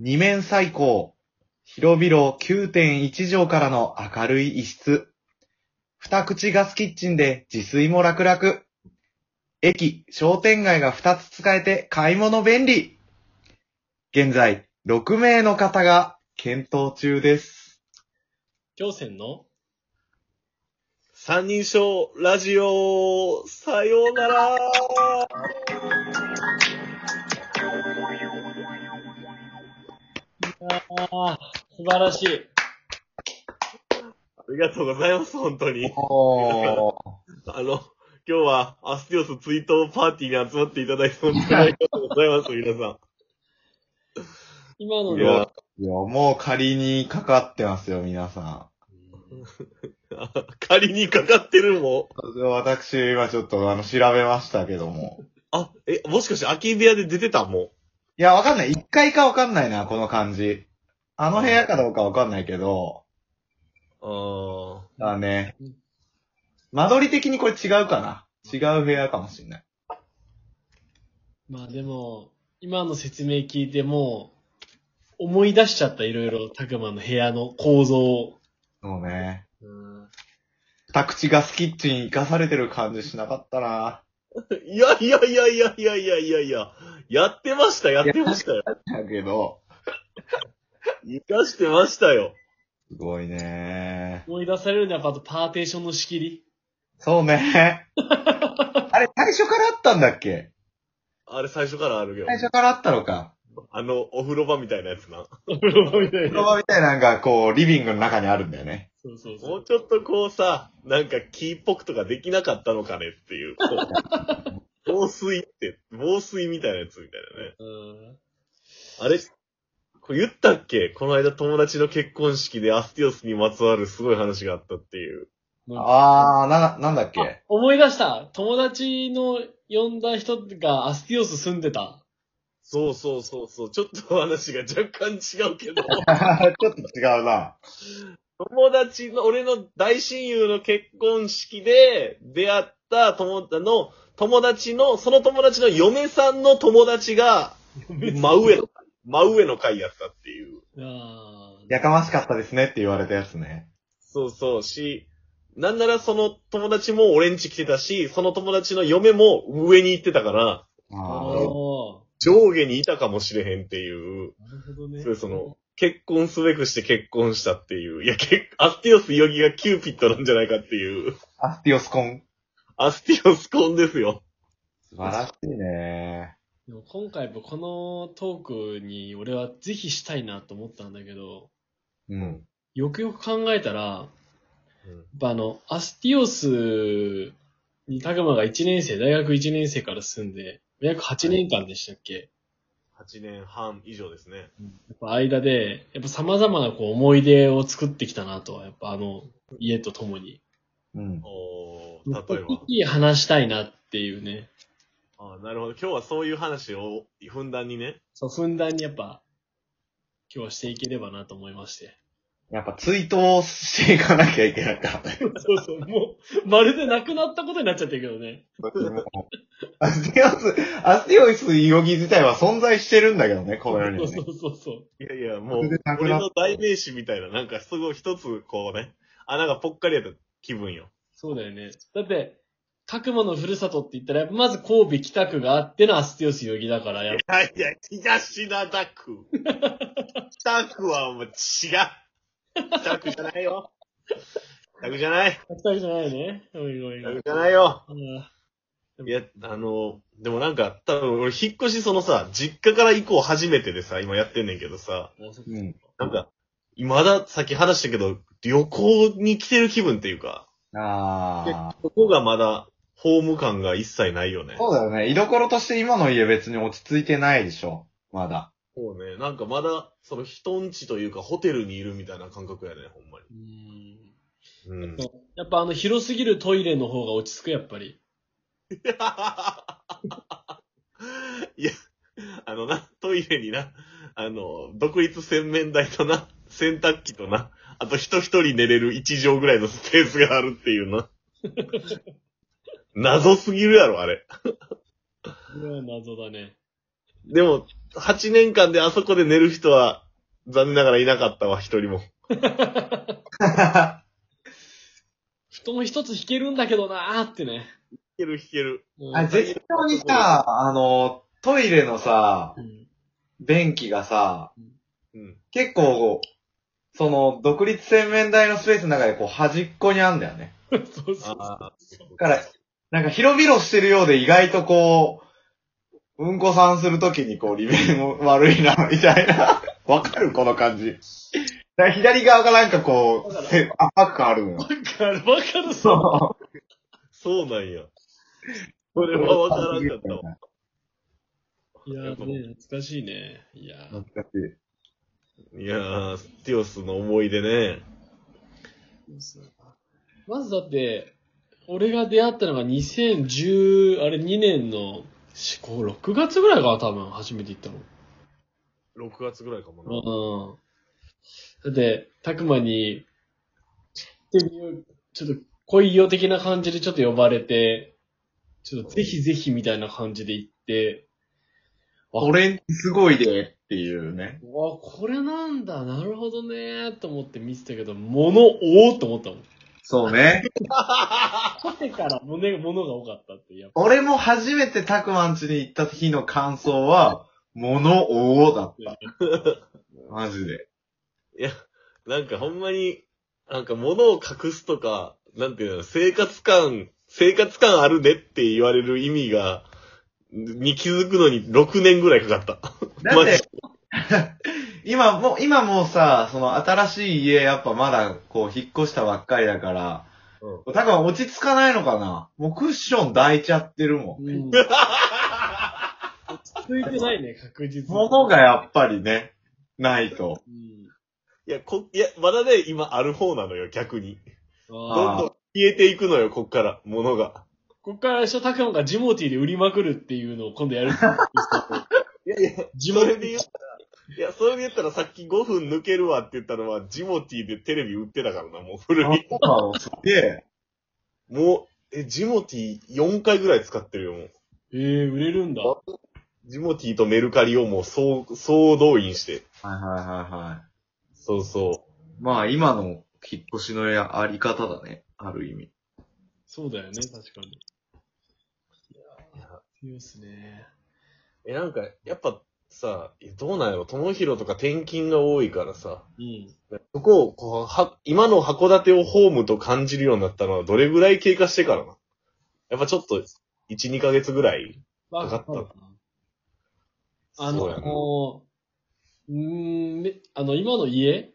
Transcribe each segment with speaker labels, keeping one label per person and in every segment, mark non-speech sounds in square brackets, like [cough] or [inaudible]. Speaker 1: 二面最高。広々9.1畳からの明るい一室。二口ガスキッチンで自炊も楽々。駅、商店街が2つ使えて買い物便利。現在、6名の方が検討中です。
Speaker 2: 行船の
Speaker 3: 三人称ラジオ、さようなら
Speaker 2: ああ、素晴らしい。
Speaker 3: ありがとうございます、本当に。
Speaker 1: おー。
Speaker 3: あの、今日はアスティオス追悼パーティーに集まっていただいて本当にありがとうございます、皆さ
Speaker 2: 今
Speaker 3: ん。
Speaker 2: の
Speaker 3: い
Speaker 2: で、
Speaker 3: や
Speaker 1: や、いや、もう仮にかかってますよ、皆さ
Speaker 3: 仮にかかってるもん。
Speaker 1: ん。私、今ちょっとあの、調べましたけども。
Speaker 3: あ、え、もしかして空き部屋で出てたも
Speaker 1: いや、わかんない。一階かわかんないな、この感じ。あの部屋かどうかわかんないけど、
Speaker 3: ん。あ
Speaker 1: だね。間取り的にこれ違うかな違う部屋かもしんない。
Speaker 2: まあでも、今の説明聞いてもう、思い出しちゃった、いろいろ、たくまの部屋の構造を。
Speaker 1: そうね。
Speaker 2: うん
Speaker 1: 二口ガスキッチン生かされてる感じしなかったな。
Speaker 3: ーいやいやいやいやいやいやいやいや。やってました、やってましたよ。
Speaker 1: だけど、
Speaker 3: 生かしてましたよ。
Speaker 1: すごいね。
Speaker 2: 思い出されるのはやっぱパーテーションの仕切り。
Speaker 1: そうね。あれ、最初からあったんだっけ
Speaker 3: あれ最初からあるよ
Speaker 1: 最。初からあったのか。
Speaker 3: あの、お風呂場みたいなやつな。
Speaker 2: お風呂場みたい
Speaker 1: 風呂
Speaker 2: な。
Speaker 1: 場みたいなのが、こう、リビングの中にあるんだよね。
Speaker 2: そうそうそ
Speaker 3: も
Speaker 2: [laughs] う。
Speaker 3: うちょっとこうさ、なんか木っぽくとかできなかったのかねっていう。こう [laughs] 防水って、防水みたいなやつみたいなね。
Speaker 2: うん
Speaker 3: あれこれ言ったっけこの間友達の結婚式でアスティオスにまつわるすごい話があったっていう。
Speaker 1: あー、な、なんだっけ
Speaker 2: 思い出した友達の呼んだ人がアスティオス住んでた。
Speaker 3: そうそうそうそう。ちょっと話が若干違うけ [laughs]
Speaker 1: [laughs]
Speaker 3: ど。
Speaker 1: ちょっと違うな。
Speaker 3: 友達の、俺の大親友の結婚式で出会った友の、友達の、その友達の嫁さんの友達が、真上の、真上の階やったっていう。
Speaker 2: あー
Speaker 1: やかましかったですねって言われたやつね。
Speaker 3: そうそう、し、なんならその友達も俺ん家来てたし、その友達の嫁も上に行ってたから、
Speaker 1: あー
Speaker 2: おー
Speaker 3: 上下にいたかもしれへんっていう。
Speaker 2: なるほどね。
Speaker 3: それその、結婚すべくして結婚したっていう。いや、結アスティオスヨギがキューピッドなんじゃないかっていう。
Speaker 1: アスティオスコン。
Speaker 3: アスティオス婚ですよ。
Speaker 1: 素晴らしいね。
Speaker 2: でも今回もこのトークに俺はぜひしたいなと思ったんだけど、
Speaker 1: うん。
Speaker 2: よくよく考えたら、やっぱあの、アスティオスにタグマが1年生、大学1年生から住んで、約8年間でしたっけ、
Speaker 3: 8年半以上ですね。
Speaker 2: やっぱ間で、やっぱ様々なこう思い出を作ってきたなとは、やっぱあの、家と共に。
Speaker 1: うん。
Speaker 3: おー例えば。
Speaker 2: いい話したいなっていうね。
Speaker 3: あーなるほど。今日はそういう話をふんだんにね。
Speaker 2: そう、ふんだんにやっぱ、今日はしていければなと思いまして。
Speaker 1: やっぱ追悼していかなきゃいけなか [laughs] った。
Speaker 2: そうそう、もう、まるでなくなったことになっちゃってるけどね。
Speaker 1: アスティオス、アスティオスヨギ自体は存在してるんだけどね、この世に
Speaker 2: そ
Speaker 1: はね。
Speaker 2: うそうそうそう。
Speaker 3: いやいや、も
Speaker 1: それで
Speaker 3: う
Speaker 1: な、く
Speaker 3: 俺
Speaker 1: なっ
Speaker 3: の代名詞みたいな、なんかすごい一つ、こうね、穴がぽっかりやった気分よ。
Speaker 2: そうだよね。だって、角間のふるさとって言ったら、やっぱまず神戸北区があってのアスティオス代々木だから、やっ
Speaker 3: いやいや、東灘区。 [laughs] 北区はもう違う。北区じゃないよ。北区じゃない。
Speaker 2: ぱ北区じゃないね。おいおい
Speaker 3: 北
Speaker 2: おい
Speaker 3: 区じゃないよ。
Speaker 2: あ
Speaker 3: いや、あの、でもなんか、多分俺引っ越しそのさ、実家から以降初めてでさ、今やってんねんけどさ、
Speaker 2: ーもうそっか
Speaker 1: うん。
Speaker 3: なんか、まださっき話したけど、旅行に来てる気分っていうか、
Speaker 1: ああ。
Speaker 3: ここがまだ、ホーム感が一切ないよね。
Speaker 1: そうだよね。居所として今の家別に落ち着いてないでしょ。まだ。 [laughs]
Speaker 3: そうね。なんかまだ、その人んちというか、ホテルにいるみたいな感覚やね、ほんまに。
Speaker 2: うー
Speaker 3: うんん。
Speaker 2: そうやっぱあの、広すぎるトイレの方が落ち着く、やっぱり。
Speaker 3: [laughs] いや、あのな、トイレにな、あの、独立洗面台とな、洗濯機とな、あと人一人寝れる一畳ぐらいのスペースがあるっていうな。 [laughs] 謎すぎるやろ、あれ。
Speaker 2: これは謎だね。
Speaker 3: でも、 8年間であそこで寝る人は、残念ながらいなかったわ、一人も。
Speaker 2: 布団一つ引けるんだけどなーってね。
Speaker 3: 弾ける弾ける。
Speaker 2: うん
Speaker 1: あ絶妙にさ、あの、トイレのさ、
Speaker 2: うん
Speaker 1: 便器がさ、
Speaker 3: うん。
Speaker 1: 結構、その、独立洗面台のスペースの中でこう端っこにあんだよね。
Speaker 2: そうそう
Speaker 3: あ
Speaker 1: だから、なんか広々してるようで意外とこう、うんこさんするときにこう、利便も悪いな、みたいな。 [laughs] わかるこの感じ。だから左側がなんかこう、せ圧迫感あるのよ。
Speaker 2: わかる、わかる、そう。
Speaker 1: そ
Speaker 3: そうなんや。
Speaker 1: う。
Speaker 3: それはわからんかったわ。
Speaker 2: いやーね、懐かしいね。いやー
Speaker 1: 懐かしい。
Speaker 3: いやー、ティオスの思い出ね。
Speaker 2: まずだって、俺が出会ったのが2010、あれ2年の、しこう6月ぐらいかな、多分、初めて行ったの。
Speaker 3: 6月ぐらいかもな。
Speaker 2: うん。だって、たくまに、行ってみようちょっと、恋よ的な感じでちょっと呼ばれて、ちょっとぜひぜひみたいな感じで行って、
Speaker 1: オレンジすごいで、っていうね。
Speaker 2: うわ、これなんだ、なるほどねーと思って見てたけど、物多っと思ったもん。
Speaker 1: そうね。
Speaker 2: 縦から胸、物が多かったって、やっぱ
Speaker 1: 俺も初めてタクマンチに行った日の感想は、物多だった。
Speaker 3: [laughs]
Speaker 1: マジで。
Speaker 3: なんかほんまに、なんか物を隠すとか、なんていうの、生活感、生活感あるねって言われる意味が、に気づくのに6年ぐらいかかった。
Speaker 1: だっ
Speaker 3: マジ
Speaker 1: て、 [laughs] 今もう、今もうさ、その新しい家やっぱまだこう引っ越したばっかりだから、
Speaker 3: う
Speaker 1: タクマン落ち着かないのかなもうクッション抱いちゃってるもん。
Speaker 2: うん。続いてないね、確実に。
Speaker 1: 物がやっぱりね、ないと。
Speaker 2: うん。
Speaker 3: いや、こ、いや、まだね、今ある方なのよ、逆に。ど
Speaker 2: ああ。
Speaker 3: んどん消えていくのよ、こっから、物が。
Speaker 2: こっから明日、たくまがジモティーで売りまくるっていうのを今度 [laughs] やる。
Speaker 3: いやいや、
Speaker 2: ジモ
Speaker 3: そ
Speaker 2: テ
Speaker 3: れ
Speaker 2: ィ
Speaker 3: で
Speaker 2: ー
Speaker 3: 言ったら、いや、それで言ったらさっき5分抜けるわって言ったのは、ジモティーでテレビ売ってたからな、もう古い。
Speaker 1: そうなのすげえ。
Speaker 3: もう、え、ジモティー4回ぐらい使ってるよ、もう。
Speaker 2: ええ売れるんだ。
Speaker 3: ジモティーとメルカリをもう総、総動員して。
Speaker 1: はいはいはいはい。
Speaker 3: そうそ
Speaker 1: まあ今の引っ越しのやあり方だね。ある意味。
Speaker 2: そうだよね、確かに。いやー、強いっすね。
Speaker 3: う。え、なんか、やっぱさ、えどうなんやろ、ともひろとか転勤が多いからさ、
Speaker 2: うん。
Speaker 3: そこを、こう、は、今の函館をホームと感じるようになったのはどれぐらい経過してからな。やっぱちょっと、1、2ヶ月ぐらい
Speaker 2: わ
Speaker 3: かった
Speaker 2: あ
Speaker 3: そうやな
Speaker 2: の、うーん、ねあの、今の家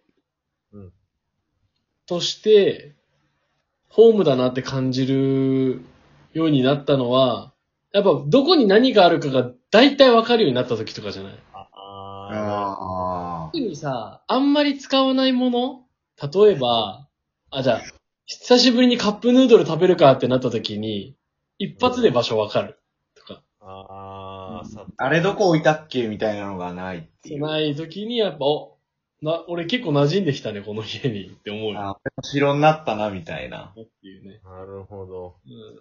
Speaker 3: うん
Speaker 2: として、ホームだなって感じるようになったのは、やっぱどこに何があるかが大体わかるようになった時とかじゃない
Speaker 3: ああ。
Speaker 1: ああ。
Speaker 2: 特にさ、あんまり使わないもの例えば、あ、じゃあ、久しぶりにカップヌードル食べるかってなった時に、一発で場所わかるとか、
Speaker 3: ああ、さ、
Speaker 1: あれどこ置いたっけみたいなのがないっていう。
Speaker 2: ない時にやっぱ、お、な、俺結構馴染んできたね、この家にって思うよ。
Speaker 1: あ白になったな、みたいな。
Speaker 2: っていうね。
Speaker 3: なるほど。
Speaker 2: うん。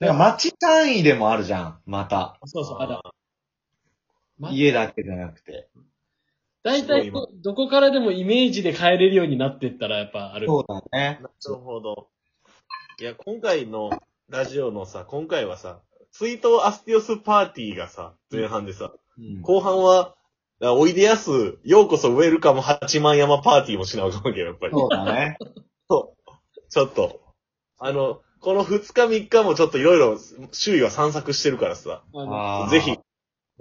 Speaker 1: なんか街単位でもあるじゃん、また。
Speaker 2: そうそう、あら。ま、
Speaker 1: 家だけじゃなくて。
Speaker 2: 大体こどこからでもイメージで帰れるようになってったらやっぱある。
Speaker 1: そうだね。
Speaker 3: なるほど。いや、今回のラジオのさ、今回はさ、ツイートアスティオスパーティーがさ、前半でさ、
Speaker 1: うん
Speaker 3: 後半は、あおいでやす、ようこそウェルカム八幡山パーティーもしなあかんわけよ、やっぱり。
Speaker 2: [laughs]
Speaker 1: そうだね。
Speaker 3: ちょっと。あの、この2日3日もちょっといろいろ周囲は散策してるからさ、
Speaker 2: あの
Speaker 1: あー
Speaker 3: ぜひ。、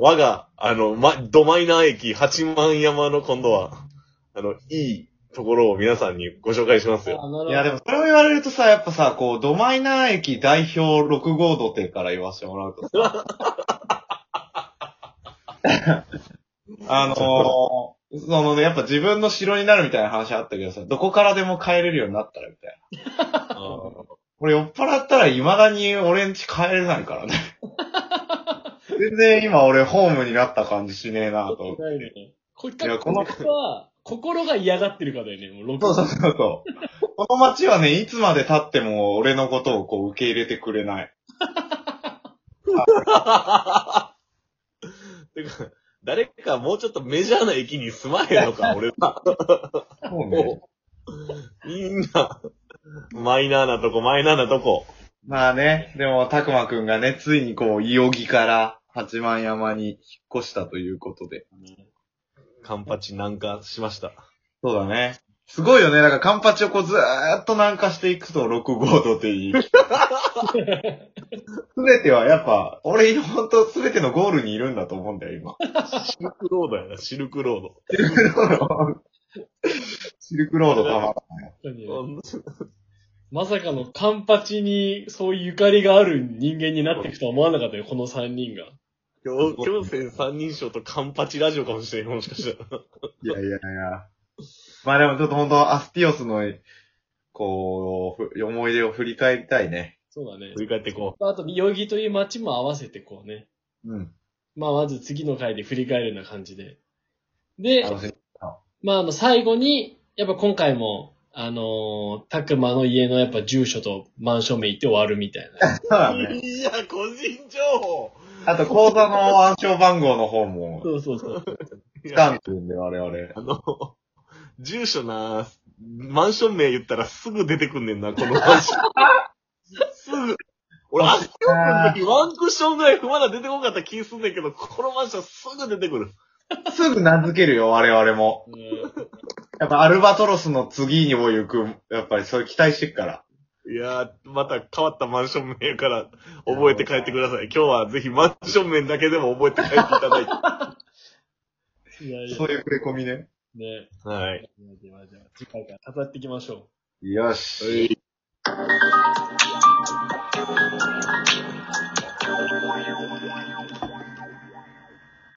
Speaker 3: 我が、あの、ま、ドマイナー駅八幡山の今度は、あの、いいところを皆さんにご紹介しますよ。
Speaker 2: あない
Speaker 1: や、でもそれを言われるとさ、やっぱさ、こう、ドマイナー駅代表6号土手から言わせてもらうとさ。 [laughs] あのー、そのね、やっぱ自分の城になるみたいな話あったけどさ、どこからでも帰れるようになったらみたいな。俺酔っ払ったら未だに俺ん家帰れない [laughs] からね。全然今俺ホームになった感じしねえなと思って。
Speaker 2: ないね。こ
Speaker 1: いやこの
Speaker 2: こは、心が嫌がってるかだよね、もう六
Speaker 1: そうそうそうそう。この街はね、いつまで経っても俺のことをこう受け入れてくれない。
Speaker 3: [laughs] てか、誰かもうちょっとメジャーな駅に住まへん
Speaker 1: [laughs]
Speaker 3: のか、俺は。
Speaker 1: そうね。
Speaker 3: みんな、マイナーなとこ、マイナーなとこ。
Speaker 1: まあね、でも、たくまくんがね、ついにこう、いよぎから八幡山に引っ越したということで。
Speaker 3: カンパチなんかしました。
Speaker 1: そうだね。すごいよね。だから、カンパチをこう、ずーっと南下していくと、6号度っていい。すべてはやっぱ、俺、ほんとすべてのゴールにいるんだと思うんだよ、 [laughs] 今。
Speaker 3: シルクロードやな、シルクロード。
Speaker 1: シルクロードたまらん
Speaker 2: 当にまさかのカンパチにそういうゆかりがある人間になっていくとは思わなかったよ、この3人が。
Speaker 3: 今日、今日戦三人称とカンパチラジオかもしれん、もしかしたら。
Speaker 1: いやいやいや。まあでもちょっと本当アスティオスの、こうふ、思い出を振り返りたいね。
Speaker 2: そうだね
Speaker 3: 振。り返っていこ
Speaker 2: あと、代々木という街も合わせてこうね。
Speaker 1: うん。
Speaker 2: まあ、まず次の回で振り返るような感じで。で、
Speaker 1: 楽しみ。
Speaker 2: まあ、あの、最後に、やっぱ今回も、あのー、たくまの家のやっぱ住所とマンション名言って終わるみたいな。
Speaker 1: そうだ
Speaker 3: う。
Speaker 1: ね。
Speaker 3: いや、個人情報
Speaker 1: あと、口座の暗証番号の方も、
Speaker 2: [laughs] そうそうそう。
Speaker 3: い
Speaker 1: ス
Speaker 3: や
Speaker 1: タンっていうんで我々。
Speaker 3: あの、 [laughs] 住所な、マンション名言ったらすぐ出てくんねんな、このマ [laughs] ンション。すぐ。俺、あっきの時ワンクッションぐらいまだ出てこなかった気すんねんけど、このマンションすぐ出てくる。
Speaker 1: すぐ名付けるよ、我々も。やっぱアルバトロスの次にも行く、やっぱりそれ期待してっから。
Speaker 3: いやー、また変わったマンション名から覚えて帰ってください。今日はぜひマンション名だけでも覚えて帰っていただいて。
Speaker 2: いやいや、
Speaker 1: そういう触れ込みね。
Speaker 2: ね。
Speaker 3: はい。
Speaker 2: ではでは次回から語っていきましょう。
Speaker 1: よし。